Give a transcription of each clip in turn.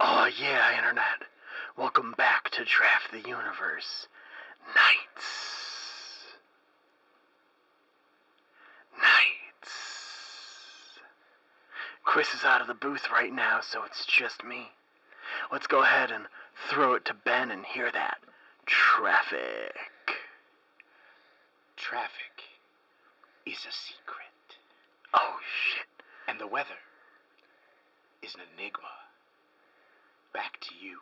Oh, yeah, Internet. Welcome back to Draft the Universe Nights. Nights. Chris is out of the booth right now, so it's just me. Let's go ahead and throw it to Ben and hear that traffic. Traffic is a secret, Oh, shit. and the weather is an enigma. Back to you.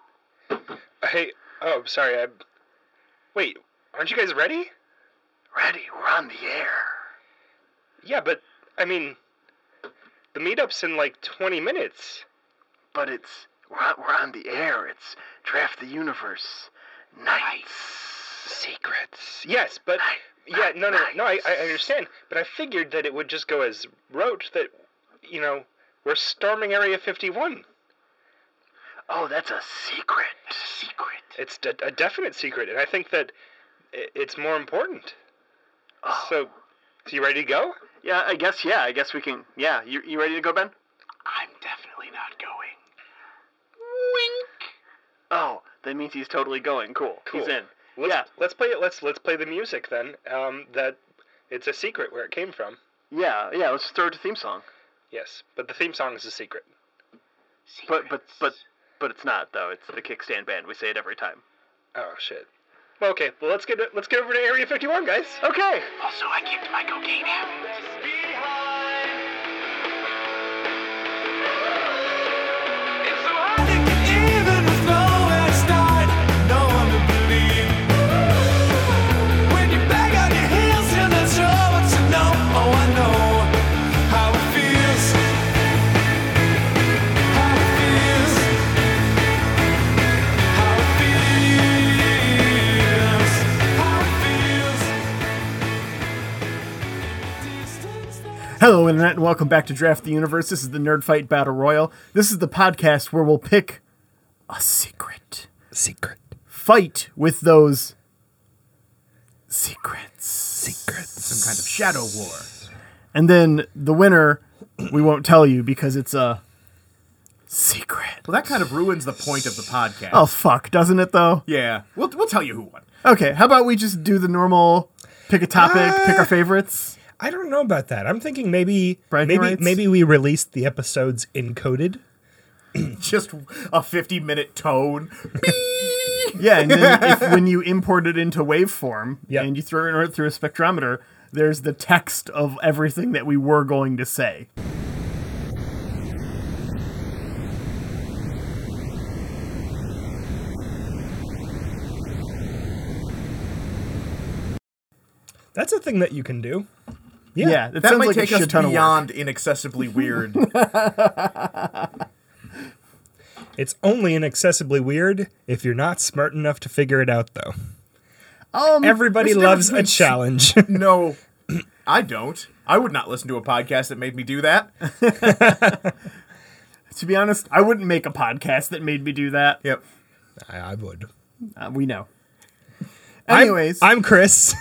Hey, oh, sorry. I wait. Aren't you guys ready? Ready, we're on the air. Yeah, but I mean, the meetup's in like 20 minutes. But it's, we're on, we're on the air. It's Draft the Universe Nights. Secrets. Yes, but yeah, no, no, no. I, I understand, but I figured that it would just go as rote that, you know, we're storming Area 51. Oh, that's a secret. Secret. It's de- a definite secret, and I think that i- it's more important. Oh. So, so you ready to go? yeah, I guess yeah. I guess we can. Yeah, you you ready to go, Ben? I'm definitely not going. Oh, that means he's totally going. Cool. He's Cool. in. Let's, Yeah. Let's play it. Let's let's play the music then. Um, that it's a secret where it came from. Yeah, yeah. Let's throw it to theme song. Yes, but the theme song is a secret. But- but- Secrets. but- But it's not though. It's the kickstand band. We say it every time. Oh shit. Well, okay. Well, let's get let's get over to Area 51, guys. Okay. Also, I kicked my cocaine habit. oh, Hello, Internet, and welcome back to Draft the Universe. This is the Nerd Fight Battle Royal. This is the podcast where we'll pick a secret. Secret. Fight with those secrets. Some kind of shadow war. And then the winner, we won't tell you because it's a secret. Well, that kind of ruins the point of the podcast. Oh, fuck, doesn't it, though? yeah. We'll, we'll tell you who won. Okay, how about we just do the normal pick a topic, Ah. pick our favorites? I don't know about that. I'm thinking maybe Bragging maybe rights? maybe we released the episodes encoded. Just a 50 minute tone. Yeah, and then if, when you import it into waveform Yep. and you throw it through a spectrometer, there's the text of everything that we were going to say. That's a thing that you can do. Yeah, it that sounds might like take a shit us ton of work. beyond inaccessibly weird. It's only inaccessibly weird if you're not smart enough to figure it out though. um, Everybody there's loves a difference challenge. between- No, I don't. I would not listen to a podcast that made me do that. To be honest, I wouldn't make a podcast that made me do that. Yep. I, I would. Uh, we know. I'm- Anyways, I'm, Chris.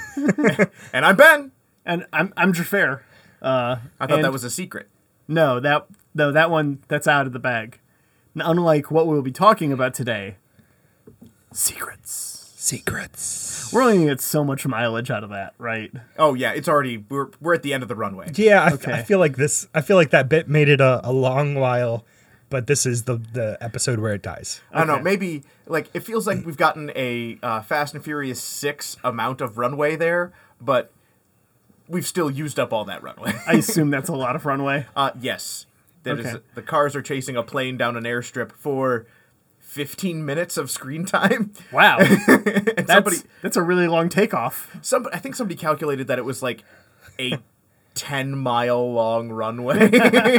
And I'm Ben. and I'm I'm Jafar. I thought And- that was a secret. No, that no that one that's out of the bag. N- Unlike what we'll be talking about today, secrets. Secrets. We're only gonna get so much mileage out of that, right? Oh yeah, it's already we're we're at the end of the runway. Yeah, I, f- I Okay. feel like this. I feel like that bit made it a, a long while, but this is the the episode where it dies. I don't know. Maybe like it feels like we've gotten a uh, Fast and Furious six amount of runway there, but we've still used up all that runway. I assume that's a lot of runway. uh, yes, that is Okay. the cars are chasing a plane down an airstrip for fifteen minutes of screen time. Wow, that's somebody- that's a really long takeoff. Some I think somebody calculated that it was like a ten mile long runway.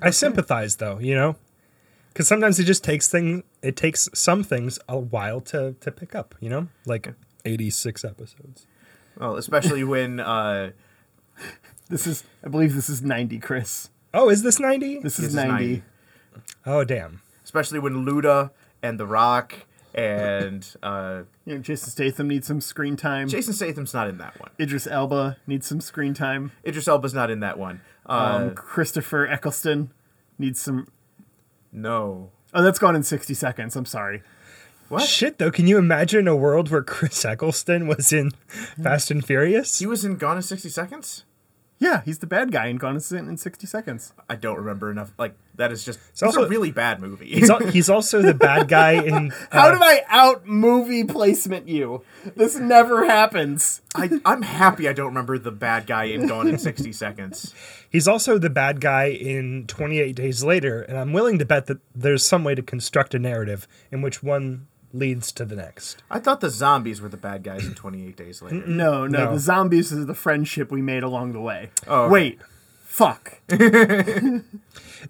I sympathize though, you know, because sometimes it just takes things. It takes some things a while to to pick up, you know, like eighty six episodes. well, especially when uh, This is, I believe, this is ninety, Chris. Oh, is this ninety? This is, is 90. 90. Oh, damn. especially when Luda and The Rock and uh, You know, Jason Statham needs some screen time. Jason Statham's not in that one. Idris Elba needs some screen time. Idris Elba's not in Um, that one. Uh, Um, Christopher Eccleston needs some. no. Oh, that's gone in 60 seconds. I'm sorry. Shit, though, can you imagine a world where Chris Eccleston was in Fast and Furious? He was in Gone in 60 Seconds? Yeah, he's the bad guy in Gone in in 60 Seconds. I don't remember enough. Like, that is just. It's also- a really bad movie. He's, al- he's also the bad guy in. How uh, did I out movie placement you? This never happens. I, I'm happy I don't remember the bad guy in Gone in 60 Seconds. He's also the bad guy in 28 Days Later, and I'm willing to bet that there's some way to construct a narrative in which one leads to the next. I thought the zombies were the bad guys in 28 Days Later. No, no, No. the zombies are the friendship we made along the way. Oh, okay. Wait. Fuck.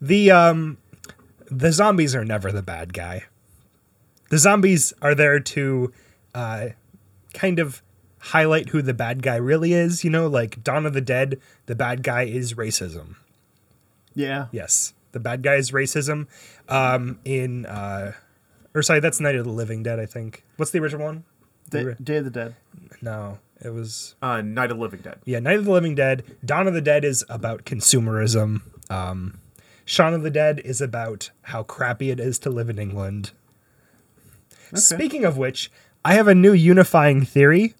The um the zombies are never the bad guy. The zombies are there to uh kind of highlight who the bad guy really is, you know, like Dawn of the Dead, the bad guy is racism. Yeah. Yes. The bad guy is racism. Um in uh or sorry, that's Night of the Living Dead, I think. What's the original one? Da- Day of the Dead. No. It was Uh, Night of the Living Dead. yeah, Night of the Living Dead. Dawn of the Dead is about consumerism. Um, Shaun of the Dead is about how crappy it is to live in England. Speaking of which, I have a new unifying theory,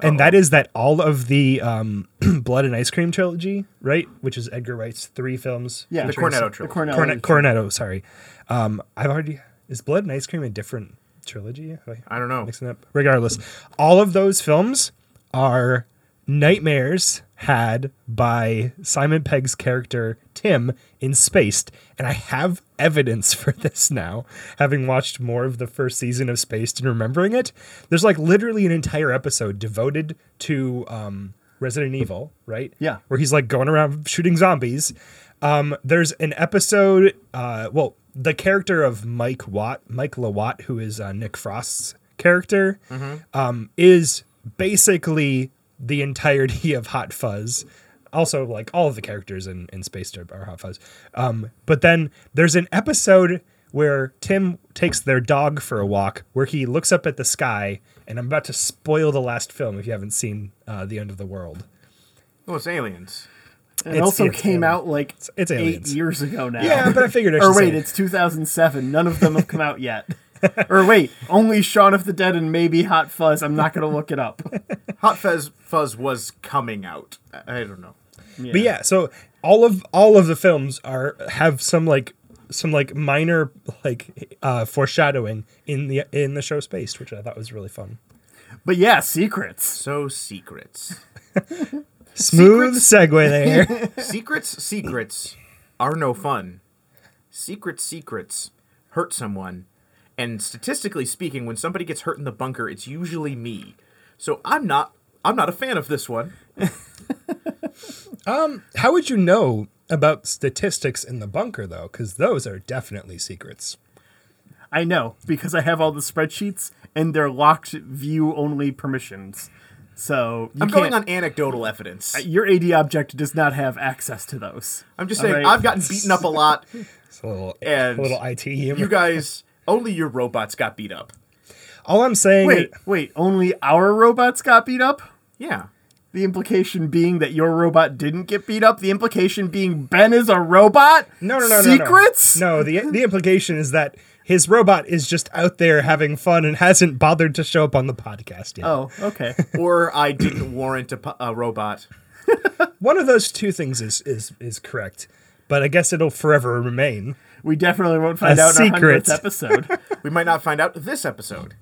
and that is that all of the um, Blood and Ice Cream trilogy, right, which is Edgar Wright's three films, Yeah. The Cornetto Cornetto. The trilogy. Cornetto. Cornet- Cornetto, sorry, um, I've already is Blood and Ice Cream a different trilogy? Have I- I don't know. mixing up. Regardless, all of those films are nightmares had by Simon Pegg's character Tim in Spaced, and I have evidence for this now, having watched more of the first season of Spaced and remembering it. There's like literally an entire episode devoted to um, Resident Evil, right? Yeah. where he's like going around shooting zombies. Um, there's an episode. Uh, well, the character of Mike Watt, Mike Lawatt, who is uh, Nick Frost's character, um, is basically the entirety of Hot Fuzz. Also, like all of the characters in in Space Jam are Hot Fuzz. Um, but then there's an episode where Tim takes their dog for a walk, where he looks up at the sky. And I'm about to spoil the last film if you haven't seen uh, The End of the World. Oh, it's aliens. It It's- also it's alien. came out like it's eight aliens. years ago now. Yeah, but I figured I should or wait, say it. it's 2007. None of them have come out yet. or wait, only Shaun of the Dead and maybe Hot Fuzz. I'm not gonna look it up. Hot Fuzz Fuzz was coming out. I I don't know. But yeah, so all of all of the films are have some like some like minor like uh foreshadowing in the in the show space, which I thought was really fun. But yeah, secrets. So secrets. Smooth segue there. secrets, secrets are no fun. Secret secrets hurt someone. And statistically speaking, when somebody gets hurt in the bunker, it's usually me. So I'm not I'm not a fan of this one. How would you know about statistics in the bunker though? Because those are definitely secrets. I know because I have all the spreadsheets and they're locked view only permissions. So you I'm can't. going on anecdotal evidence. your AD object does not have access to those. I'm just All saying right. I've gotten beaten up a lot. It's a little And a little IT humor. You guys only your robots got beat up. all I'm saying Wait, wait. Only our robots got beat up. Yeah. The implication being that your robot didn't get beat up. The implication being Ben is a robot. No, no, no, no, no. Secrets. No, the the implication is that his robot is just out there having fun and hasn't bothered to show up on the podcast yet. Oh, okay. Or I didn't warrant a, pu- a robot. One of those two things is is is correct, but I guess it'll forever remain. We definitely won't find A out in our secret. hundredth episode. We might not find out this episode.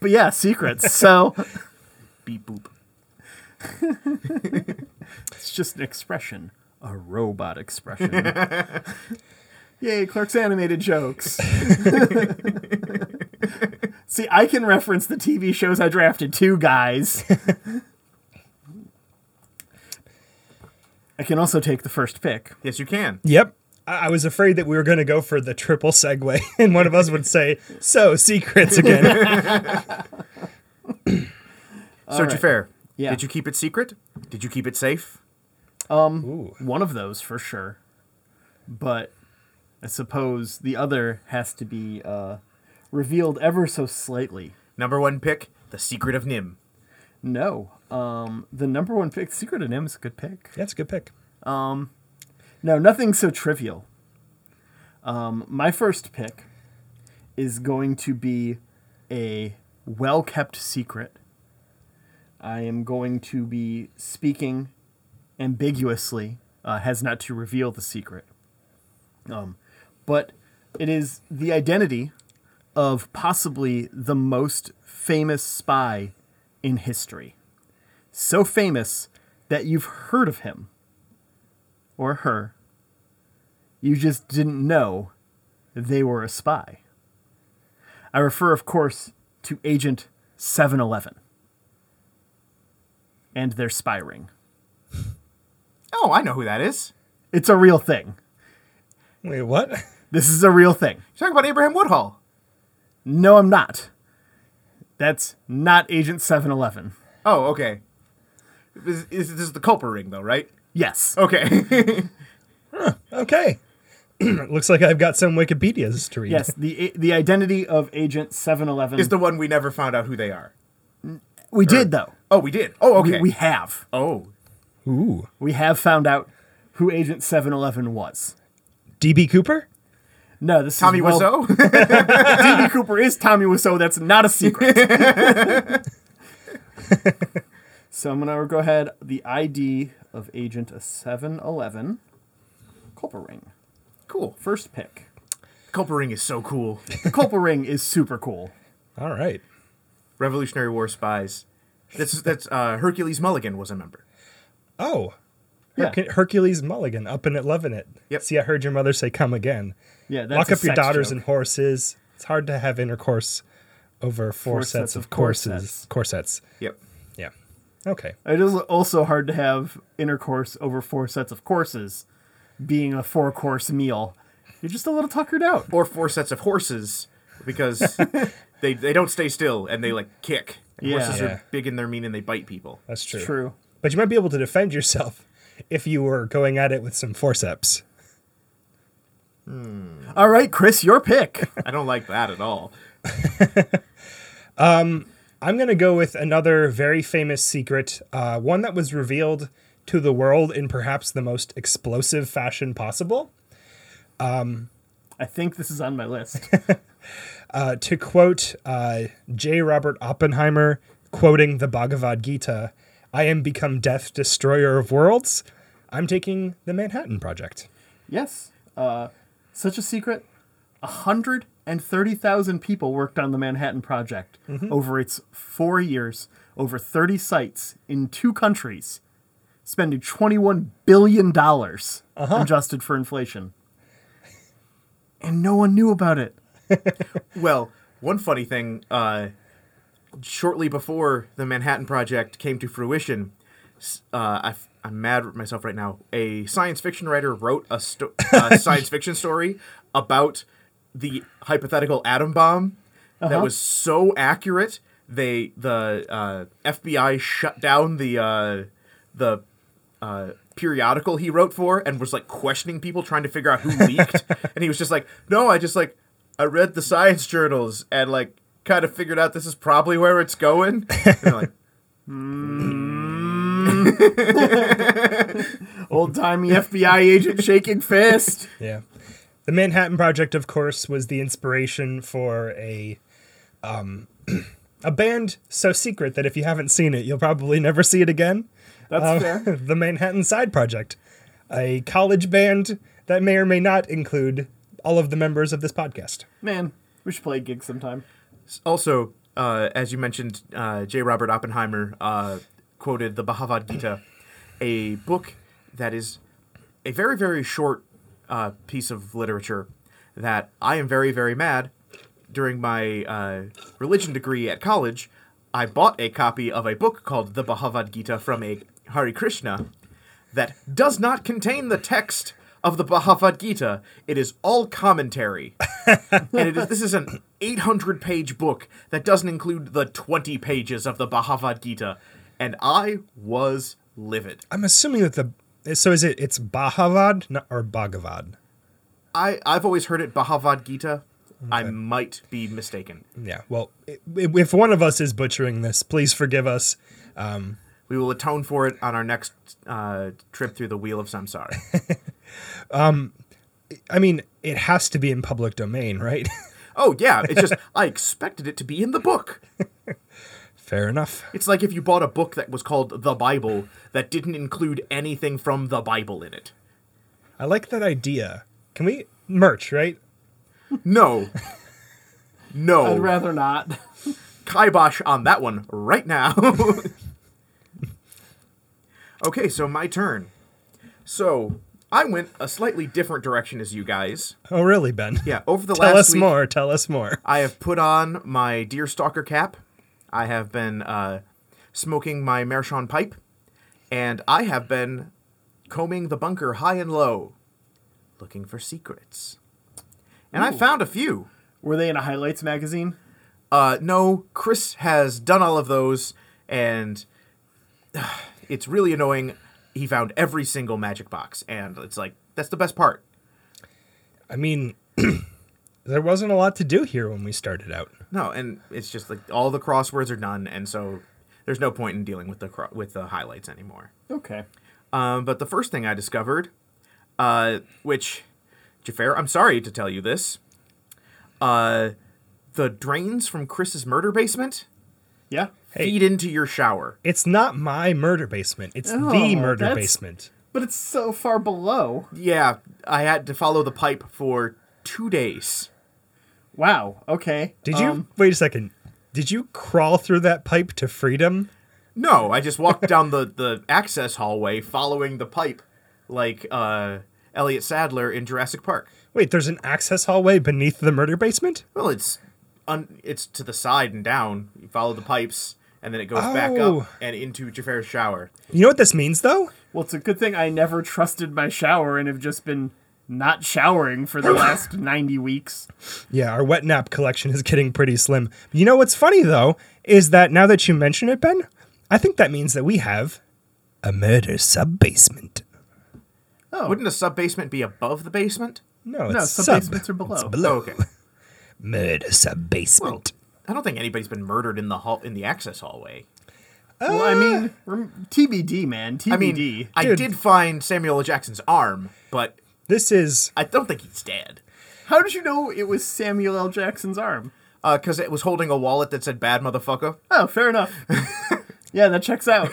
but yeah, secrets. So Beep boop. it's just an expression, a robot expression. Yay, Clark's animated jokes. See, I can reference the TV shows I drafted too, guys. I can also take the first pick. Yes, you can. Yep. I I was afraid that we were going to go for the triple segue, and one of us would say, "So secrets again." Search your fair. Yeah. Did you keep it secret? Did you keep it safe? one of those for sure. But I suppose the other has to be uh, revealed ever so slightly. Number one pick, The Secret of Nim. No, um, the number one pick, Secret of Nim, is a good pick. That's a good pick. No, nothing so trivial. Um, my first pick is going to be a well kept secret. I am going to be speaking ambiguously, uh, has not to reveal the secret. Um, but it is the identity of possibly the most famous spy in history. So famous that you've heard of him or her. You just didn't know they were a spy. I refer, of course, to Agent 711 and their spy ring. Oh, I know who that is. It's a real thing. Wait, what? This is a real thing. You're talking about Abraham Woodhull. No, I'm not. That's not Agent 711. Oh, okay. This is, this is the culper ring, though, right? Yes. Okay. Okay. Looks like I've got some Wikipedias to read. Yes, the the identity of Agent 711. is the one we never found out who they are. we did though. Oh, we did. Oh, okay. We, we have. oh, Ooh. We have found out who Agent 711 was. DB Cooper? No, this Tommy is well, Wiseau. DB Cooper is Tommy Wiseau. That's not a secret. so I'm gonna go ahead. The ID of Agent 711, Culper Ring. cool. First pick. Culper ring is so cool. The Culper Ring is super cool. All right. Revolutionary War spies. That's that's uh, Hercules Mulligan was a member. Oh. Yeah. Herc- Hercules Mulligan up in it, loving it. Yep. See, I heard your mother say, come again. Yeah, that's Lock a up your sex daughters joke. and horses. It's hard to have intercourse over four, sets, of courses. Corsets. Yep. Yeah. Okay. It is also hard to have intercourse over four sets of courses, being a four course meal. You're just a little tuckered out. Or four sets of horses because they they don't stay still and they like kick. And Yeah. Horses Yeah. are big and they're mean and they bite people. That's true. True. But you might be able to defend yourself if you were going at it with some forceps. All right, Chris, your pick. I don't like that at all. I'm going to go with another very famous secret, uh, one that was revealed to the world in perhaps the most explosive fashion possible. I think this is on my list. Uh, to quote uh, J. Robert Oppenheimer, quoting the Bhagavad Gita, I am become death, destroyer of worlds. I'm taking the Manhattan Project. yes. Uh, such a secret. 130,000 people worked on the Manhattan Project over its four years, over 30 sites in two countries, spending $21 billion Uh-huh. adjusted for inflation. And no one knew about it. Well, one funny thing, uh, shortly before the Manhattan Project came to fruition, s- uh, I, am mad at myself right now. A science fiction writer wrote a, sto- a science fiction story about the hypothetical atom bomb that was so accurate. They the uh, FBI shut down the uh, the uh, periodical he wrote for and was like questioning people trying to figure out who leaked. and he was just like, no, I just like, I read the science journals and like kind of figured out this is probably where it's going. And they're like, Old timey FBI agent shaking fist. Yeah. The Manhattan Project, of course, was the inspiration for a um, a band so secret that if you haven't seen it, you'll probably never see it again. That's Um, fair. the Manhattan Side Project, a college band that may or may not include all of the members of this podcast. Man, we should play a gig sometime. also, uh, as you mentioned, uh, J. Robert Oppenheimer uh, quoted the Bhagavad Gita, a book that is a very, very short uh, piece of literature that I am very, very mad. During my uh, religion degree at college, I bought a copy of a book called the Bhagavad Gita from a Hare Krishna that does not contain the text of the Bhagavad Gita. It is all commentary and it is, this is an 800 page book that doesn't include the 20 pages of the Bhagavad Gita. And I was livid. I'm assuming that the so is it it's Bahavad not, or Bhagavad? I, I've always heard it Bhagavad Gita. I might be mistaken. Yeah. Well, i- i- if one of us is butchering this, please forgive us. We will atone for it on our next uh, trip through the Wheel of Samsara. I mean, it has to be in public domain, right? Oh yeah, it's just I expected it to be in the book. Fair enough. It's like if you bought a book that was called The Bible that didn't include anything from the Bible in it. I like that idea. Can we merch, right? No. No. I'd rather not. kibosh on that one right now. okay, so my turn. So I went a slightly different direction as you guys. Oh, really, Ben? Yeah, over the Tell last us week, more. Tell us more. I have put on my deerstalker cap. I have been uh, smoking my Meerschaum pipe, and I have been combing the bunker high and low, looking for secrets. And I found a few. Were they in a highlights magazine? Uh, no, Chris has done all of those, and it's really annoying. He found every single magic box, and it's like that's the best part. I mean, there wasn't a lot to do here when we started out. No, and it's just like all the crosswords are done, and so there's no point in dealing with the cro- with the highlights anymore. Okay. Um, but the first thing I discovered, uh, which Jafar, I'm sorry to tell you this, uh, the drains from Chris's murder basement Yeah. feed into your shower. It's not my murder basement. It's the Oh, murder that's- basement. But it's so far below. Yeah, I had to follow the pipe for two days. Wow. Okay. Did you wait a second? Did you crawl through that pipe to freedom? No, I just walked down the, the access hallway following the pipe like uh, Elliot Sadler in Jurassic Park. Wait, there's an access hallway beneath the murder basement. Well, it's un- it's to the side and down. You follow the pipes, and then it goes back up Oh. and into Jafar's shower. You know what this means, though. Well, it's a good thing I never trusted my shower and have just been not showering for the last 90 weeks. Yeah, our wet nap collection is getting pretty slim. You know what's funny though is that now that you mention it, Ben, I think that means that we have a murder sub basement. Oh. Wouldn't a sub basement be above the basement? No, it's No, some sub. basements are below. It's Oh, below. okay. Murder sub Well, basement. I don't think anybody's been murdered in the hall in the access hallway. Well, I mean, rem- TBD, man. TBD. I mean, I Dude. did find Samuel L. Jackson's arm, but This is I don't think he's dead. How did you know it was Samuel L. Jackson's arm? Because Uh, it was holding a wallet that said bad motherfucker. Uh, Oh, fair enough. yeah, that checks out.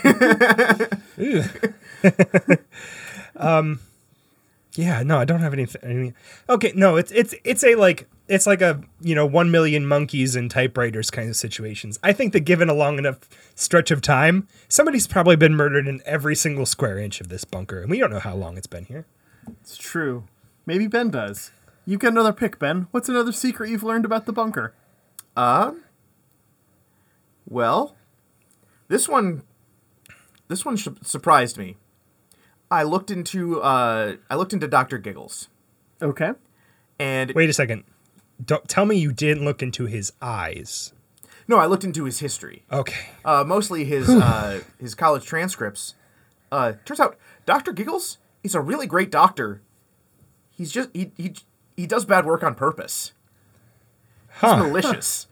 Yeah, no, I don't have anything. Any, okay, no, it's it's it's a like it's like a you know one million monkeys and typewriters kind of situations. I think that given a long enough stretch of time, somebody's probably been murdered in every single square inch of this bunker, and we don't know how long it's been here. it's true. Maybe Ben does. You've got another pick, Ben. What's another secret you've learned about the bunker? Well, this one, this one su- surprised me. I looked into uh, I looked into Doctor Giggles, Okay. and Wait a second, don't tell me you didn't look into his eyes. no, I looked into his history, Okay, uh, mostly his uh, his college transcripts. Uh, turns out Doctor Giggles is a really great doctor. He's just he he he does bad work on purpose. He's huh? malicious.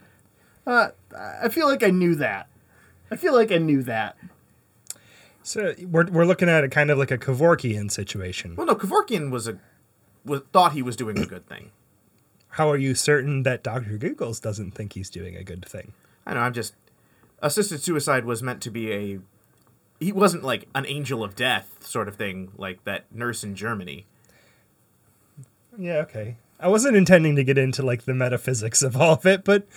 I feel like I knew that. I feel like I knew that. So we're we're looking at it kind of like a Kevorkian situation. Well, no, Kevorkian was a was, thought he was doing a good thing. How are you certain that Doctor Google's doesn't think he's doing a good thing? I know. I'm just assisted suicide was meant to be a. He wasn't like an angel of death sort of thing, like that nurse in Germany. Yeah, okay. I wasn't intending to get into like the metaphysics of all of it, but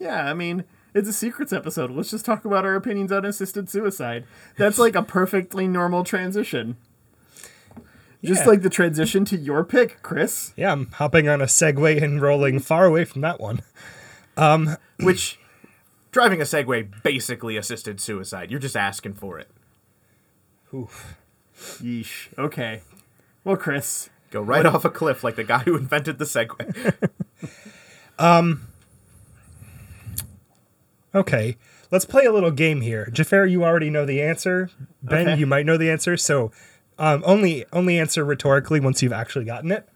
Yeah, I mean, it's a secrets episode. Let's just talk about our opinions on assisted suicide. That's like a perfectly normal transition. Just Yeah. like the transition to your pick, Chris. yeah, I'm hopping on a Segway and rolling far away from that one. Which driving a Segway basically assisted suicide. You're just asking for it. Oof. Yeesh. Okay. Well, Chris, Go right off a cliff like the guy who invented the Segway. Okay, let's play a little game here. Jafar, you already know the answer. Ben, Okay. you might know the answer. So, um, only only answer rhetorically once you've actually gotten it.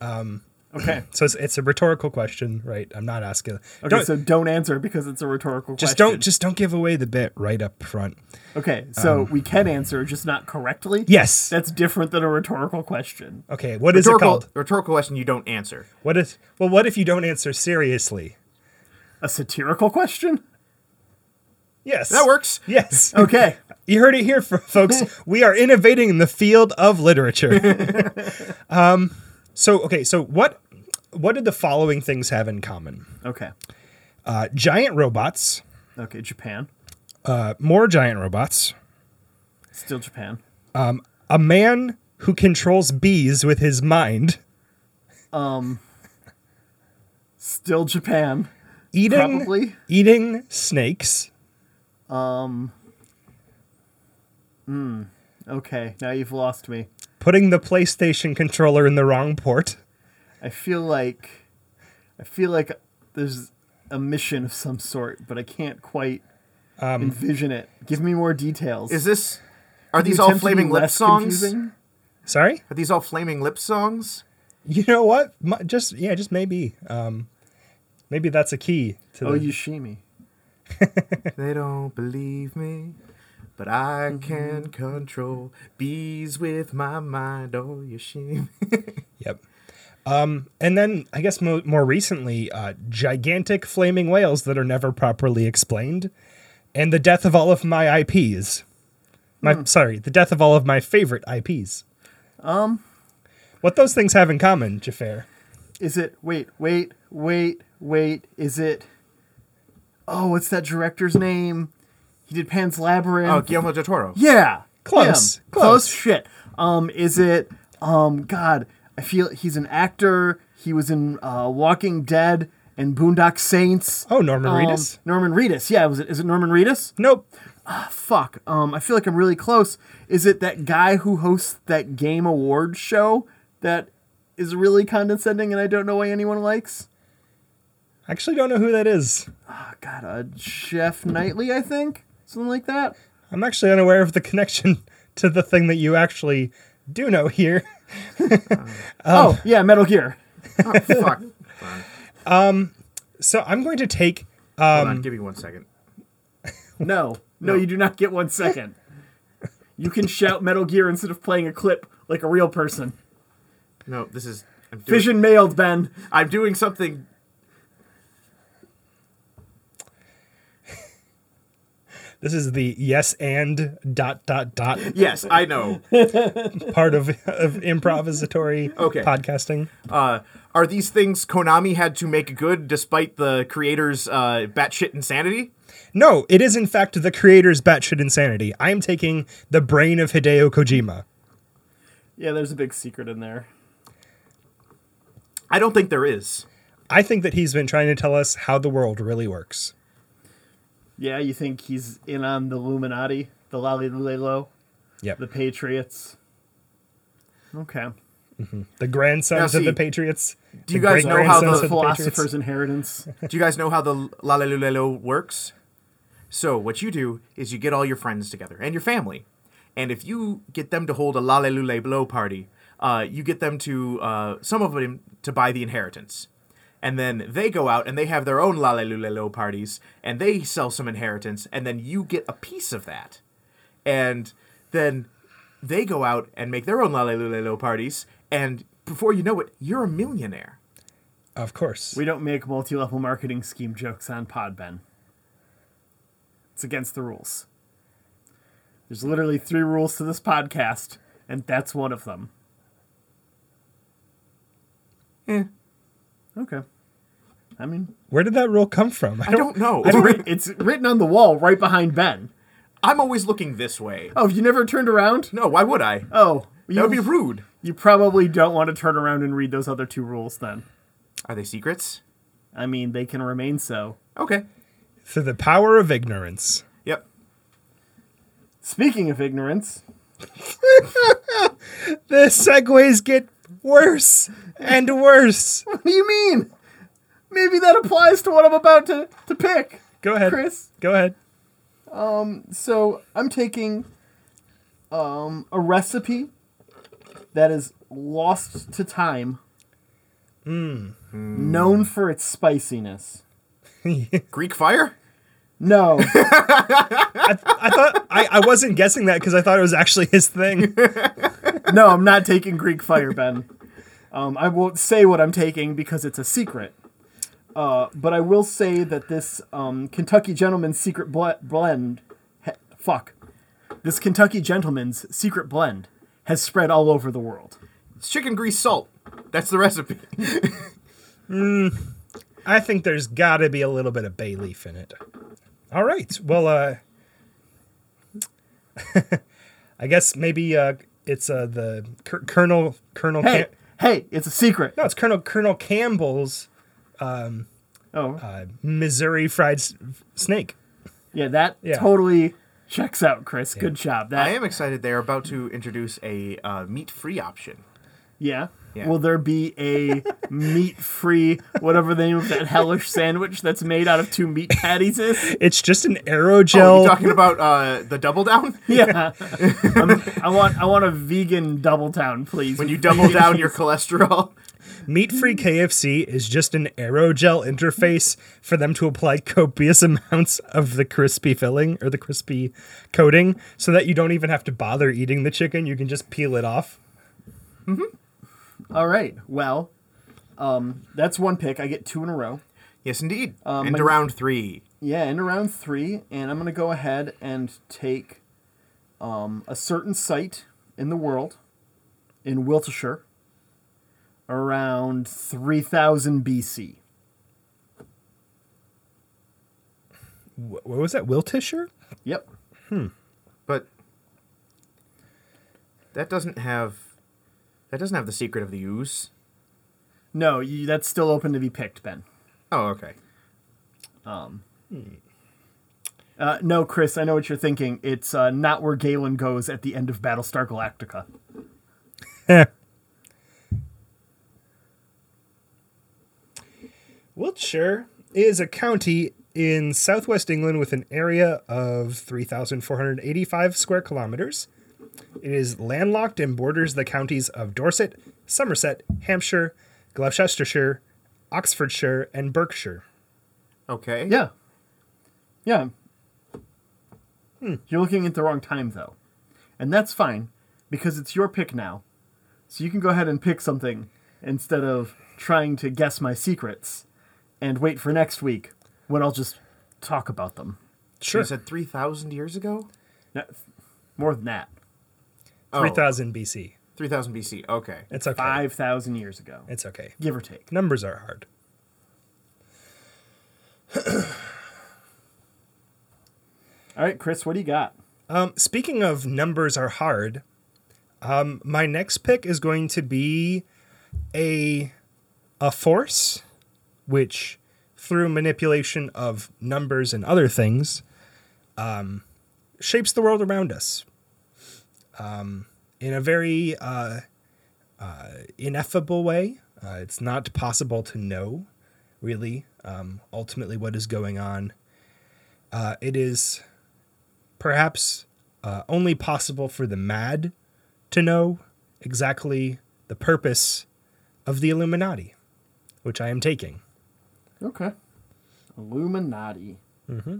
Um, Okay. So it's, it's a rhetorical question, right? I'm not asking. Okay, don't, so don't answer because it's a rhetorical just question. don't just don't give away the bit right up front. Okay, so Um. we can answer, just not correctly. Yes. That's different than a rhetorical question. Okay. What is it Rhetorical, called? rhetorical question you don't answer. What is well? What if you don't answer seriously? A satirical question? Yes. That works. Yes. Okay. You heard it here, fo- folks. we are innovating in the field of literature. um, so okay, so what what did the following things have in common? okay. Uh, giant robots, Okay, Japan. uh, more giant robots, Still Japan. a man who controls bees with his mind, Still Japan. eating Probably. eating snakes, Okay, now you've lost me. putting the PlayStation controller in the wrong port. I feel like I feel like there's a mission of some sort, but I can't quite envision it. Give me more details. Um, Is this? Are You these all attempt to be flaming lip less songs? confusing? Sorry, Are these all flaming lip songs? you know what? Mi- just yeah, just maybe. Um, maybe that's a key to Oh, the Yoshimi. They don't believe me, but I Mm-hmm. can control bees with my mind. Oh, Yoshimi. Yep. Um, and then I guess mo- more recently, uh, gigantic flaming whales that are never properly explained, and the death of all of my IPs. My sorry, the death of all of my favorite IPs. Um, what those things have in common, Jafar? Is it wait, wait, wait, wait, is it Oh, what's that director's name? He did Pan's Labyrinth. Oh, Guillermo del Toro. Yeah. Close. him. Close. Close. shit. Um, is it um God, I feel he's an actor. He was in uh, Walking Dead and Boondock Saints. Oh, Norman Um, Reedus. Norman Reedus, yeah. Was it is it Norman Reedus? Nope. Fuck. Um, I feel like I'm really close. Is it that guy who hosts that game award show that is really condescending and I don't know why anyone likes? I Actually, don't know who that is. Oh, God, uh, Jeff Knightley, I think, something like that. I'm actually unaware of the connection to the thing that you actually do know here. oh, yeah, Metal Gear. Oh, fuck. Fine. So I'm going to take Hold Um, on, give me one second. No, no, you do not get one second. You can shout Metal Gear instead of playing a clip like a real person. No, this is. I'm doing, Vision mailed, Ben. I'm doing something. this is the yes and dot dot dot Yes, I know. part of, of improvisatory Okay. podcasting. Uh, are these things Konami had to make good despite the creator's uh, batshit insanity? No, it is in fact the creator's batshit insanity. I'm taking the brain of Hideo Kojima. Yeah, there's a big secret in there. I don't think there is. I think that he's been trying to tell us how the world really works. Yeah, you think he's in on the Illuminati, the Lolly Lelo, Yep. the The, Patriots? Okay. grandsons Now, of the see, Patriots. do you guys know how great-grandsons the of Patriots. Philosopher's inheritance. Do you guys know how the lalalulelo works? So what you do is you get all your friends together and your family, and if you get them to hold a lalalulelo party, uh, you get them to uh, some of them to buy the inheritance, and then they go out and they have their own lalalulelo parties and they sell some inheritance, and then you get a piece of that, and then they go out and make their own lalalulelo parties, and before you know it, you're a millionaire. Of course. We don't make multi level marketing scheme jokes on Pod, Ben. It's against the rules. There's literally three rules to this podcast, and that's one of them. Eh. Okay. I mean, Where did that rule come from? I don't know. it's, writ- it's written on the wall right behind Ben. I'm always looking this way. Oh, have you never turned around? No, why would I? Oh, That you, would be rude. you probably don't want to turn around and read those other two rules then. Are they secrets? I mean, they can remain so. Okay. Through the power of ignorance. Yep. Speaking of ignorance, The segues get worse and worse. What do you mean? Maybe that applies to what I'm about to, to pick, Go ahead. Chris. Go ahead. So I'm taking um, a recipe that is lost to time known for its spiciness. Greek fire? No, I thought I, I wasn't guessing that because I thought it was actually his thing. no, I'm not taking Greek fire, Ben. Um, I won't say what I'm taking because it's a secret. Uh, but I will say that this um, Kentucky Gentleman's secret ble- blend, he- fuck, this Kentucky Gentleman's secret blend has spread all over the world. It's chicken grease salt. That's the recipe. I think there's got to be a little bit of bay leaf in it. All right. Well, uh, I guess maybe uh, it's uh, the Cur- Colonel Colonel. Hey, Cam- hey, it's a secret. no, it's Colonel Colonel Campbell's Oh, uh, Missouri fried s- snake. yeah, that yeah. totally checks out, Chris. Good job. That I am excited they're about to introduce a uh, meat free option. Yeah. Yeah. Will there be a meat free, whatever the name of that hellish sandwich that's made out of two meat patties is? It's just an Oh, you aerogel. talking about uh, the double down? Yeah. I'm- i want I want a vegan double down, please. When you double down your cholesterol? Meat free KFC is just an aerogel interface for them to apply copious amounts of the crispy filling or the crispy coating so that you don't even have to bother eating the chicken. You can just peel it off. All right. Well, um, that's one pick. I get two in a row. Yes, indeed. Into round three. Yeah, and around three, and I'm gonna go ahead and take um, a certain site in the world in Wiltshire around 3000 BC. Wh- What was that? Wiltshire? Yep. But that doesn't have that doesn't have the secret of the ooze. No, you, that's still open to be picked, Ben. Oh, okay. Uh, no, Chris, I know what you're thinking. It's uh, not where Galen goes at the end of Battlestar Galactica. Heh. Wiltshire is a county in southwest England with an area of 3,485 square kilometers. It is landlocked and borders the counties of Dorset, Somerset, Hampshire, Gloucestershire, Oxfordshire, and Berkshire. Okay. Yeah. Yeah. You're looking at the wrong time, though. And that's fine, because it's your pick now. So you can go ahead and pick something instead of trying to guess my secrets and wait for next week when I'll just talk about them. You Sure. said three thousand years ago? No, More than that, Oh, 3000 BC. 3000 BC. Okay. It's okay. 5,000 years ago, It's okay. give or take. Numbers are hard. All right, Chris, what do you got? Um, speaking of numbers are hard, um, my next pick is going to be a a force, which through manipulation of numbers and other things, um, shapes the world around us. Um, in a very uh, uh, ineffable way, uh, it's not possible to know, really, um, ultimately what is going on. Uh, it is perhaps uh, only possible for the mad to know exactly the purpose of the Illuminati, which I am taking. Okay. Illuminati. Mm-hmm.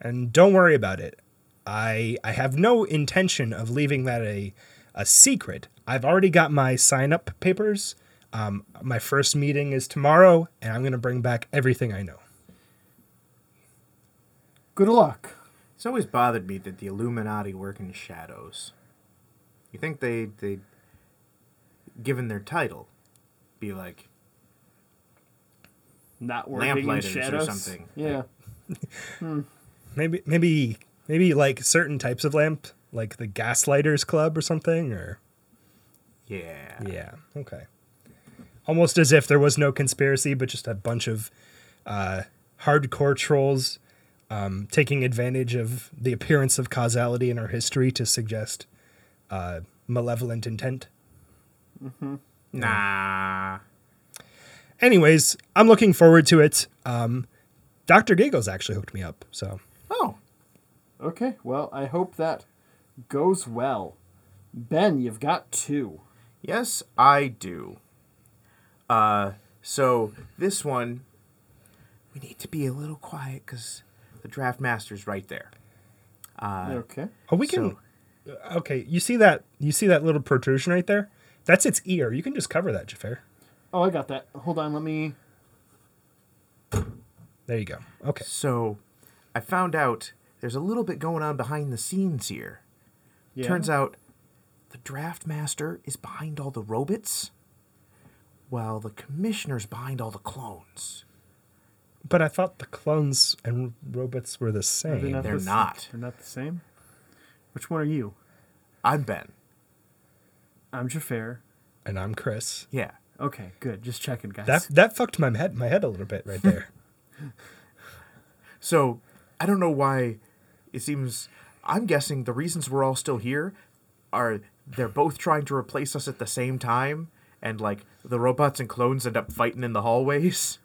And don't worry about it. I I have no intention of leaving that a a secret. I've already got my sign up papers. Um, my first meeting is tomorrow, and I'm going to bring back everything I know. Good luck. It's always bothered me that the Illuminati work in shadows. You think they they given their title be like Not working in Lamplighters or shadows. something. Yeah. Maybe maybe maybe like certain types of lamp, like the Gaslighters Club or something, or yeah. Yeah. Okay. Almost as if there was no conspiracy, but just a bunch of uh, hardcore trolls um, taking advantage of the appearance of causality in our history to suggest uh, malevolent intent. Nah. Anyways, I'm looking forward to it. Um, Dr. Giggles actually hooked me up, so Oh. Okay. Well, I hope that goes well. Ben, you've got two. Yes, I do. Uh, so this one, we need to be a little quiet because the draft master's right there. okay. Oh, we can. uh, So- okay, you see that? You see that little protrusion right there? That's its ear. You can just cover that, Jafar. Oh, I got that. Hold on, let me. There you go. Okay. So I found out there's a little bit going on behind the scenes here. Yeah. Turns out the draft master is behind all the robots, while the commissioner's behind all the clones. But I thought the clones and robots were the Are they same. They're the s- not. They're not the same. Which one are you? I'm Ben. I'm Jafar. And I'm Chris. Yeah. Okay, good. Just checking, guys. That that fucked my head my head a little bit right there. So I don't know why it seems. I'm guessing the reasons we're all still here are they're both trying to replace us at the same time, and like the robots and clones end up fighting in the hallways.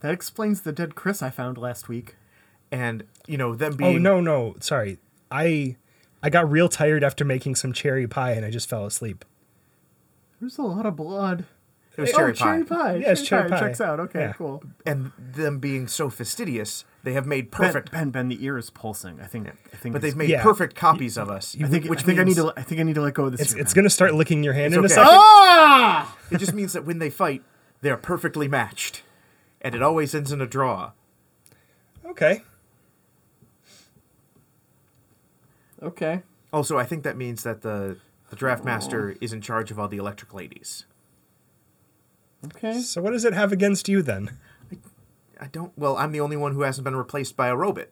That explains the dead Chris I found last week. And you know them being oh no no sorry. I I got real tired after making some cherry pie and I just fell asleep. There's a lot of blood. it was cherry oh, pie. cherry pie. Yeah, it's cherry pie. Checks out. Okay, Yeah. cool. and them being so fastidious, they have made Ben- perfect. Ben, Ben, the ear is pulsing. I think. I think. but it's- they've made Yeah. perfect copies of us. I think. which I think I need means- to. I think I need to let go of this. It's ear it's now. gonna start licking your hand in a okay. second. Ah! It just means that when they fight, they're perfectly matched, and it always ends in a draw. Okay. Okay. Also, I think that means that the the draft master is in charge of all the electric ladies. Okay. So what does it have against you then? I don't. Well, I'm the only one who hasn't been replaced by a robot.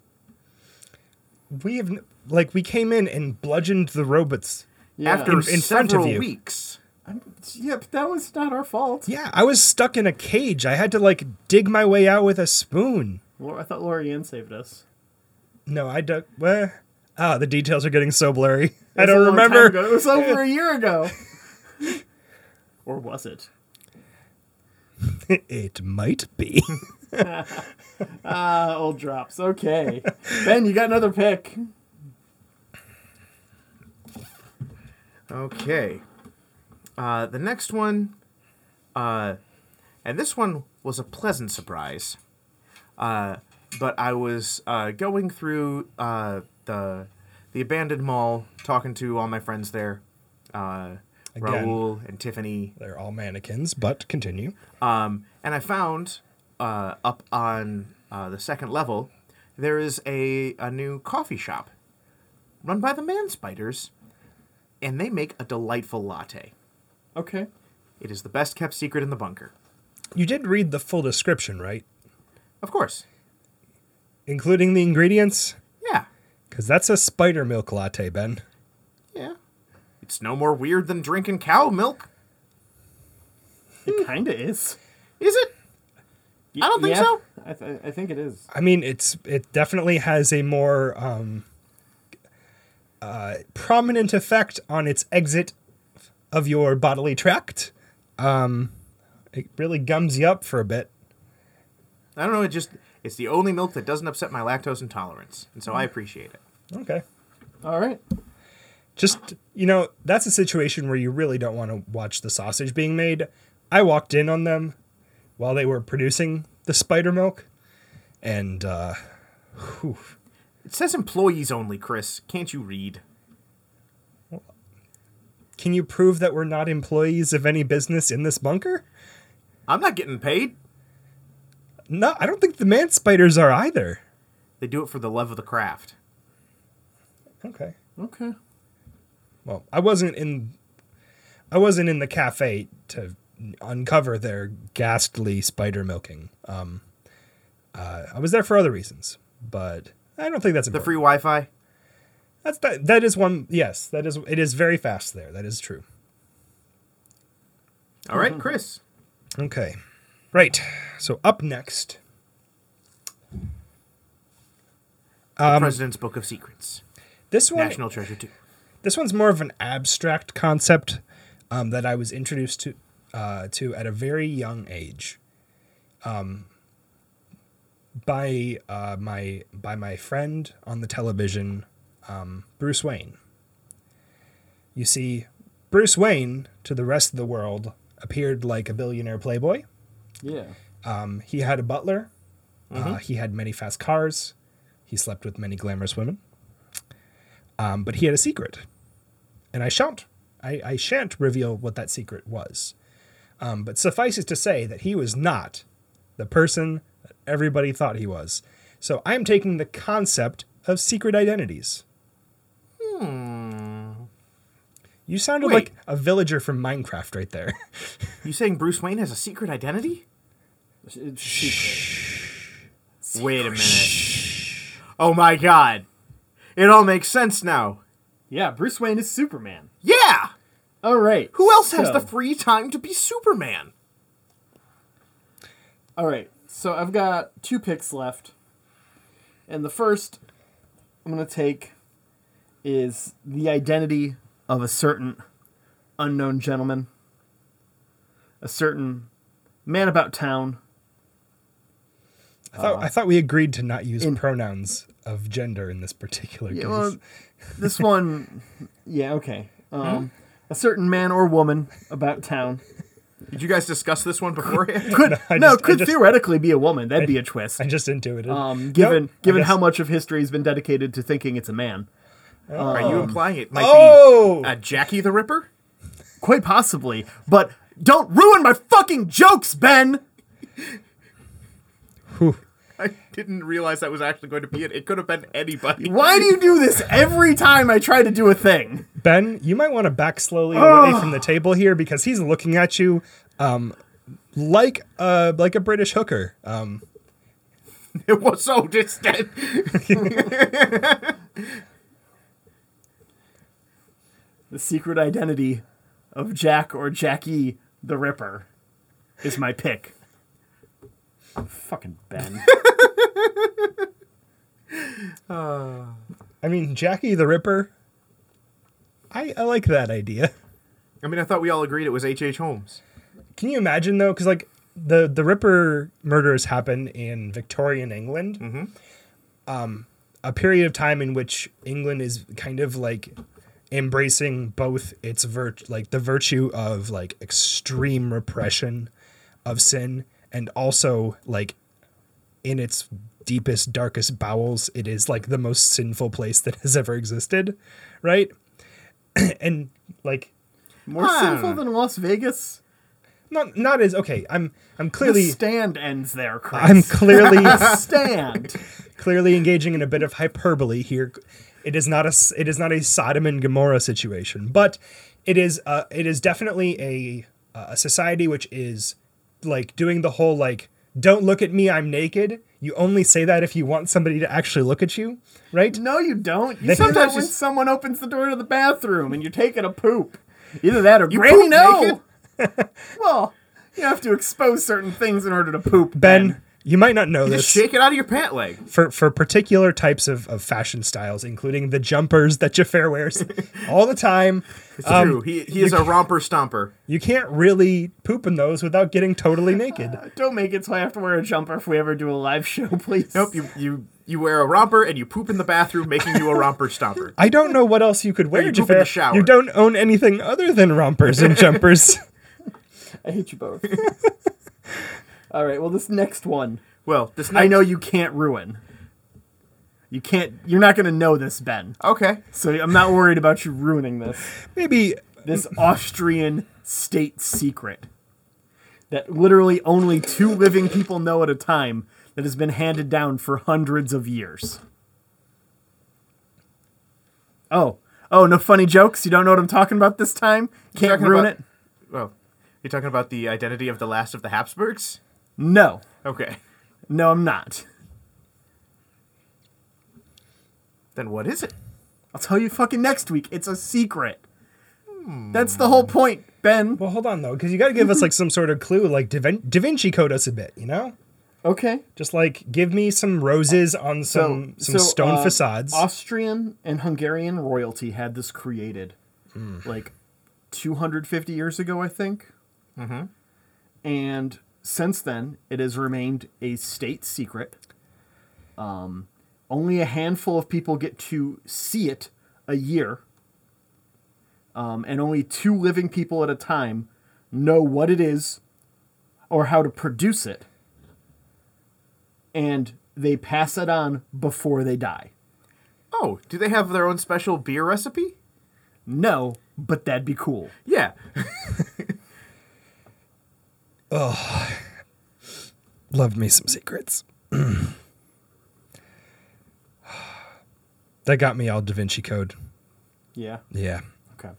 We have n- like we came in and bludgeoned the robots. Yeah. After In- in front of several you. weeks, I'm- yeah, but that was not our fault. Yeah, I was stuck in a cage. I had to like dig my way out with a spoon. Laura, I thought Laura Ann saved us. No, I don't. Well, ah, the details are getting so blurry. I It was don't a long time remember. ago. It was over a year ago. or was it? it might be. Ah, old drops. Okay. ben, you got another pick. Okay. Uh, the next one, uh, and this one was a pleasant surprise. Uh, but I was uh, going through uh, the the abandoned mall, talking to all my friends there, uh, Again. Raul and Tiffany, They're all mannequins, but continue. um, and I found uh, up on uh, the second level, there is a, a new coffee shop run by the man spiders, and they make a delightful latte. Okay. It is the best kept secret in the bunker. You did read the full description, right? Of course. Including the ingredients? Yeah. Because that's a spider milk latte, Ben. Yeah. It's no more weird than drinking cow milk, It kind of is. is it? I don't think Yeah, so. I, th- I think it is. I mean, it's it definitely has a more um, uh, prominent effect on its exit of your bodily tract. Um, it really gums you up for a bit. I don't know. It just, it's the only milk that doesn't upset my lactose intolerance. And so I appreciate it. Okay. All right. just you know that's a situation where you really don't want to watch the sausage being made i walked in on them while they were producing the spider milk and uh whew, It says employees only, Chris. Can't you read? can you prove that we're not employees of any business in this bunker I'm not getting paid. no i don't think the man spiders are either They do it for the love of the craft. okay Okay. well i wasn't in i wasn't in the cafe to uncover their ghastly spider milking um uh, i was there for other reasons but i don't think that's The important. free Wi Fi? That's that. That is one. Yes, that is. It is very fast there. That is true. All right, Chris. Okay, right. So up next, President's Book of Secrets. this one. National Treasure 2. This one's more of an abstract concept um, that I was introduced to uh, to at a very young age, um, by uh, my by my friend on the television, um, Bruce Wayne. You see, Bruce Wayne to the rest of the world appeared like a billionaire playboy. Yeah. Um, he had a butler. Uh, he had many fast cars. He slept with many glamorous women. Um, but he had a secret, and I shan't. I, I shan't reveal what that secret was. Um, but suffice it to say that he was not the person that everybody thought he was. So I'm taking the concept of secret identities. Hmm. You sounded Wait. like a villager from Minecraft right there. You saying Bruce Wayne has a secret identity? It's a secret. Wait a minute. Oh my god. It all makes sense now. Yeah, Bruce Wayne is Superman. Yeah! All right. Who else has so- the free time to be Superman? All right. So I've got two picks left. And the first I'm going to take is the identity of a certain unknown gentleman, a certain man about town. I Uh, thought, I thought we agreed to not use pronouns of gender in this particular case. Yeah, well, this one, yeah, okay. Um, a certain man or woman about town. Did you guys discuss this one beforehand? I no, just- it I could just- theoretically be a woman. That'd be a twist. I just intuited. Um, given Nope, I given how guess- much of history has been dedicated to thinking it's a man, Are Um, you implying it might Oh! be uh, Jackie the Ripper? quite possibly. But don't ruin my fucking jokes, Ben. I didn't realize that was actually going to be it. It could have been anybody. Why do you do this every time I try to do a thing? Ben, you might want to back slowly away from the table here because he's looking at you um, like a, like a British hooker. Um, It was so distant. The secret identity of Jack or Jackie the Ripper is my pick. Fucking Ben. I mean, Jackie the Ripper. I, I like that idea. I mean, I thought we all agreed it was H.H. H. Holmes. Can you imagine though? Because like the the Ripper murders happen in Victorian England, um, a period of time in which England is kind of like embracing both its virt like the virtue of like extreme repression of sin and also like in its deepest darkest bowels it is like the most sinful place that has ever existed right and like More sinful than Las Vegas? not not as okay i'm i'm The clearly stand ends there, Chris. I'm clearly stand. clearly engaging in a bit of hyperbole here. It is not a s- it is not a Sodom and Gomorrah situation, but it is uh, it is definitely a uh, a society which is like doing the whole like don't look at me I'm naked. You only say that if you want somebody to actually look at you, right? No, you don't. You They- sometimes Sometimes when you- someone opens the door to the bathroom and you're taking a poop. Either that or poop Granny, no. well, you have to expose certain things in order to poop. Ben, you might not know Just this shake it out of your pant leg. for for particular types of, of fashion styles, including the jumpers that Jafar wears all the time. It's Um, true. He, he is a romper stomper. You can't really poop in those without getting totally naked. Don't make it so I have to wear a jumper if we ever do a live show, please. Nope, you, you, you wear a romper and you poop in the bathroom, making you a romper stomper. I don't know what else you could wear, you poop in Jafar. the shower. You don't own anything other than rompers and jumpers. I hate you both. All right. Well, this next one, Well, this I night. know you can't ruin. You can't. You're not going to know this, Ben. Okay. So I'm not worried about you ruining this. Maybe This Austrian state secret that literally only two living people know at a time that has been handed down for hundreds of years. Oh. Oh, no funny jokes? You don't know what I'm talking about this time? Can't talking ruin about- it? Oh, you're talking about the identity of the last of the Habsburgs? No. Okay. No, I'm not. Then what is it? I'll tell you fucking next week. It's a secret. Hmm. That's the whole point, Ben. well, hold on though, because you got to give us like some sort of clue. Like da, Vin- da Vinci Code us a bit, you know? Okay. Just like give me some roses on some some stone uh, facades. Austrian and Hungarian royalty had this created like 250 years ago, I think. Mm-hmm. And since then, it has remained a state secret. Um, only a handful of people get to see it a year. Um, and only two living people at a time know what it is or how to produce it, and they pass it on before they die. Oh, do they have their own special beer recipe? No, but that'd be cool. Yeah. Love me some secrets. that got me all Da Vinci Code. Yeah. Yeah. Okay.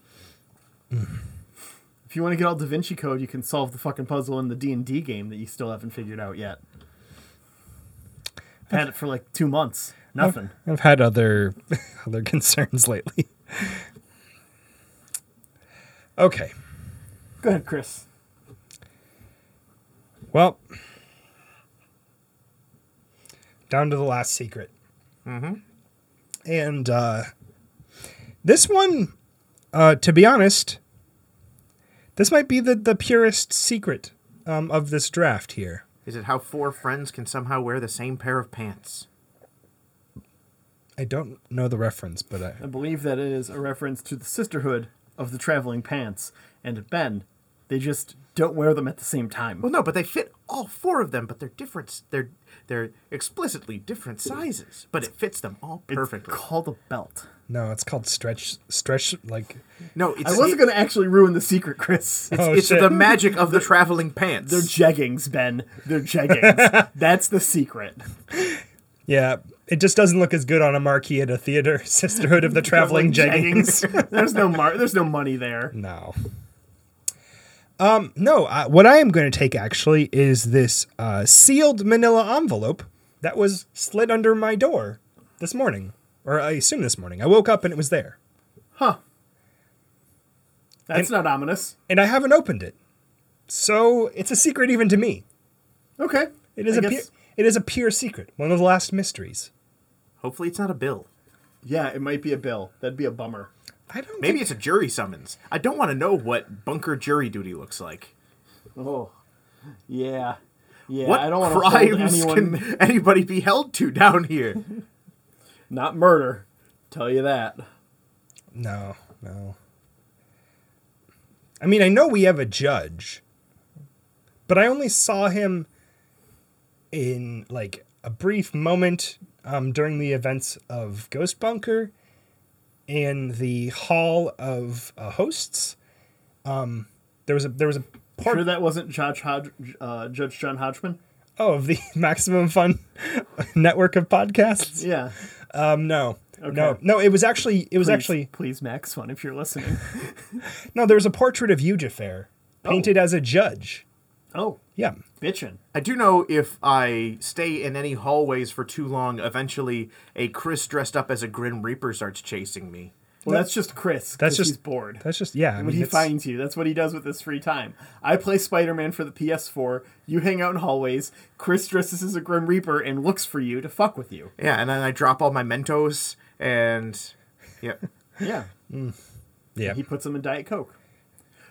If you want to get all Da Vinci Code, you can solve the fucking puzzle in the D and D game that you still haven't figured out yet. I've had it for like two months. Nothing. I've had other other concerns lately. okay. Go ahead, Chris. Well, down to the last secret. Mm-hmm. And uh, this one, uh, to be honest, this might be the, the purest secret um, of this draft here. Is it how four friends can somehow wear the same pair of pants? I don't know the reference, but I, I believe that it is a reference to the Sisterhood of the Traveling Pants and Ben. They just don't wear them at the same time. Well, no, but they fit all four of them, but they're different. They're they're explicitly different sizes, but it fits them all perfectly. It's called a belt. no, it's called stretch stretch like No, it's I wasn't it- going to actually ruin the secret, Chris. Oh, it's shit. the magic of the traveling pants. They're jeggings, Ben. They're jeggings. That's the secret. yeah. It just doesn't look as good on a marquee at a theater. Sisterhood of the Traveling Jeggings. jeggings. there's no mar- There's no money there. No. Um, no, I, what I am going to take actually is this uh, sealed manila envelope that was slid under my door this morning, or I assume this morning. I woke up and it was there, That's not ominous. and I haven't opened it. So it's a secret even to me. Okay. It is I a guess- pure, it is a pure secret, one of the last mysteries. Hopefully, it's not a bill. Yeah, it might be a bill. That'd be a bummer. I don't Maybe think- it's a jury summons. I don't want to know what bunker jury duty looks like. Oh, yeah, yeah. what I don't want to hold crimes anyone. can anybody be held to down here? Not murder. Tell you that. no, no. I mean, I know we have a judge, but I only saw him in like a brief moment um, during the events of Ghost Bunker in the Hall of uh, Hosts. Um, there was a there was a part Sure, that wasn't Judge Hod- uh, Judge John Hodgman. oh, of the Maximum Fun network of podcasts. Yeah. Um, no, no, no. It was actually it was Please- actually please, Max Fun, if you're listening. No, there's a portrait of Huge Affair painted as a judge. Oh, Yeah. bitchin'. I do know if I stay in any hallways for too long, eventually a Chris dressed up as a Grim Reaper starts chasing me. Well, that's just Chris. That's 'cause just- he's bored. That's just yeah. I when mean, he it's- finds you. That's what he does with his free time. I play Spider Man for the PS4. You hang out in hallways. Chris dresses as a Grim Reaper and looks for you to fuck with you. Yeah, and then I drop all my Mentos and yeah. Yeah. yeah. He puts him in Diet Coke.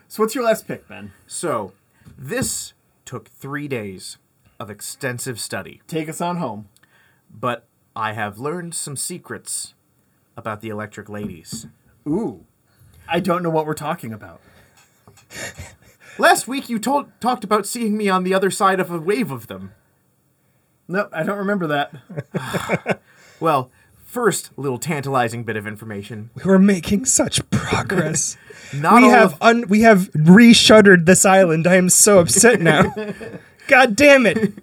So, what's your last pick, Ben? So this took three days of extensive study, Take us on home. but I have learned some secrets about the electric ladies. Ooh. I don't know what we're talking about. Last week you told talked about seeing me on the other side of a wave of them. Nope, I don't remember that. Well, first little tantalizing bit of information. We were making such progress. Not we all have of- un- we have reshuttered this island. I am so upset now. God damn it.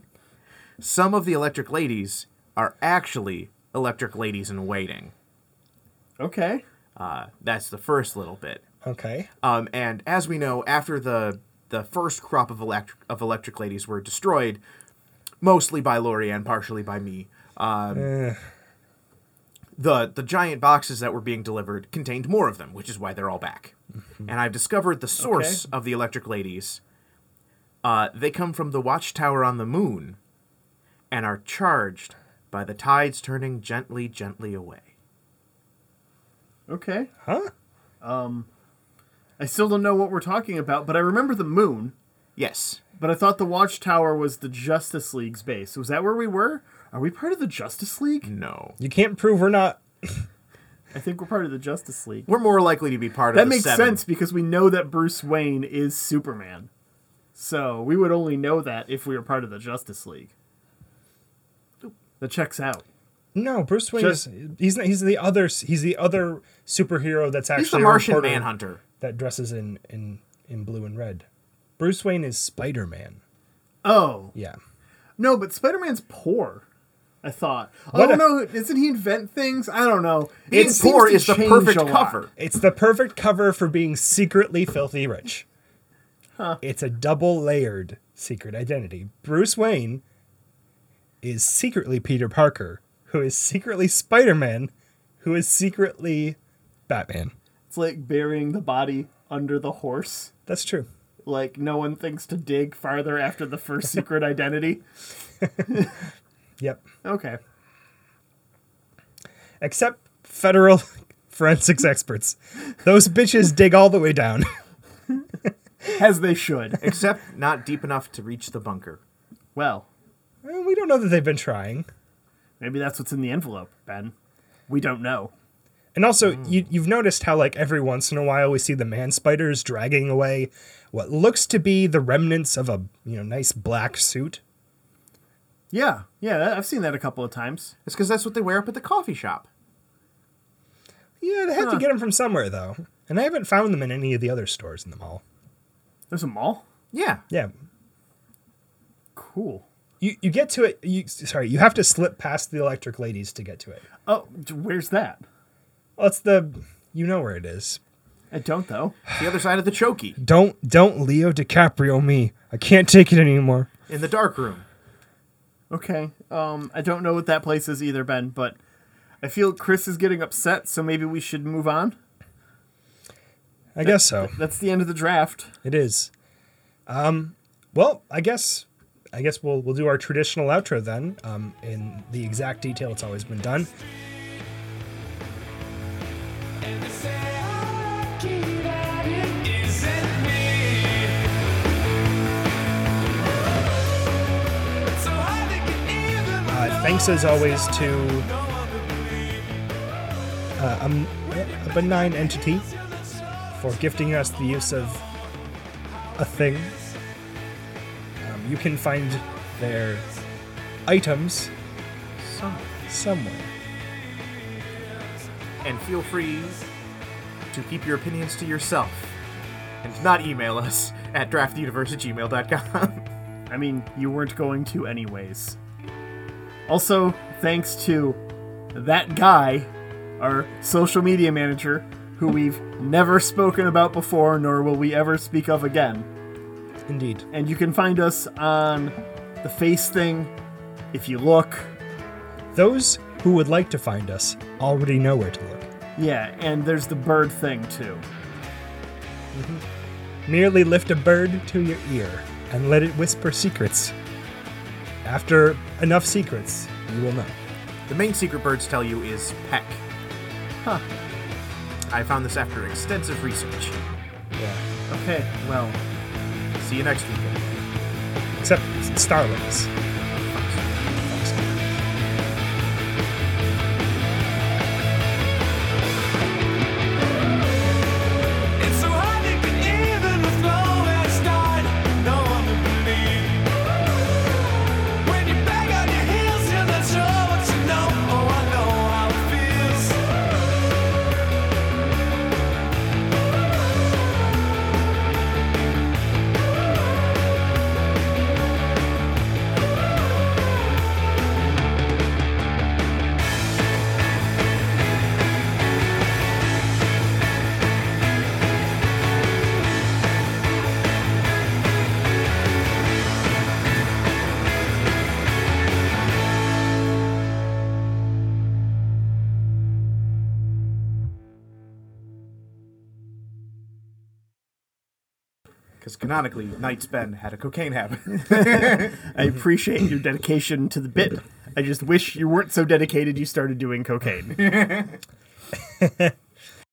some of the electric ladies are actually electric ladies in waiting. Okay. Uh, that's the first little bit. Okay. Um, and as we know, after the the first crop of electric of electric ladies were destroyed, mostly by Lori and partially by me, um, Eh. the the giant boxes that were being delivered contained more of them, which is why they're all back. Mm-hmm. And I've discovered the source of the electric ladies. Uh, they come from the watchtower on the moon, and are charged by the tides turning gently, gently away. Okay. Um, Huh? I still don't know what we're talking about, but I remember the moon. Yes, But I thought the Watchtower was the Justice League's base. Was that where we were? Are we part of the Justice League? no. You can't prove we're not I think we're part of the Justice League. We're more likely to be part That of the makes seven. sense because we know that Bruce Wayne is Superman. So we would only know that if we were part of the Justice League. That checks out. No, Bruce Wayne Just- is he's not, he's the other he's the other superhero that's actually He's the a Martian reporter Manhunter. that dresses in in in blue and red. Bruce Wayne is Spider Man. Oh Yeah. no, but Spider Man's poor. I thought. What oh a- no, doesn't he invent things? I don't know. Being It seems poor to is the change perfect a lot. cover. It's the perfect cover for being secretly filthy rich. It's a double layered secret identity. Bruce Wayne is secretly Peter Parker, who is secretly Spider Man, who is secretly Batman. It's like burying the body under the horse. That's true. Like no one thinks to dig farther after the first secret identity. Yep. Okay. Except federal forensics experts. Those bitches dig all the way down. As they should. Except not deep enough to reach the bunker. Well, Well, we don't know that they've been trying. maybe that's what's in the envelope, Ben. We don't know. And also, you, you've noticed how, like, every once in a while we see the man spiders dragging away what looks to be the remnants of a, you know, nice black suit. Yeah, yeah, I've seen that a couple of times. It's because that's what they wear up at the coffee shop. Yeah, they had to get them from somewhere, though. And I haven't found them in any of the other stores in the mall. There's a mall. Yeah. Yeah. Cool. You, you get to it. You, sorry, you have to slip past the electric ladies to get to it. Oh, d- where's that? Well, it's the, you know where it is. I don't though. It's the other side of the chokey Don't don't Leo DiCaprio me. I can't take it anymore. in the dark room. Okay. Um, I don't know what that place is either, Ben. But I feel Chris is getting upset, so maybe we should move on. I guess so. That's the end of the draft. It is. Um, well, I guess I guess we'll we'll do our traditional outro then. Um, in the exact detail it's always been done. Uh, thanks as always to uh, um, a benign entity for gifting us the use of a thing. Um, you can find their items somewhere. And feel free to keep your opinions to yourself and to not email us at draftuniverse at gmail.com. I mean, you weren't going to anyways. Also, thanks to that guy, our social media manager, who we've never spoken about before, nor will we ever speak of again. Indeed. and you can find us on the face thing if you look Those who would like to find us already know where to look. yeah and there's the bird thing too Merely lift a bird to your ear and let it whisper secrets. After enough secrets, you will know. The main secret birds tell you is peck. Huh. I found this after extensive research. Yeah. okay well See you next week. Except starlings. It's so hard to get even with nowhere start. No one will believe. When you back on your heels, you're not sure what you know. Oh, I know how it feels. Because canonically, Knight's Bend had a cocaine habit. i appreciate your dedication to the bit i just wish you weren't so dedicated you started doing cocaine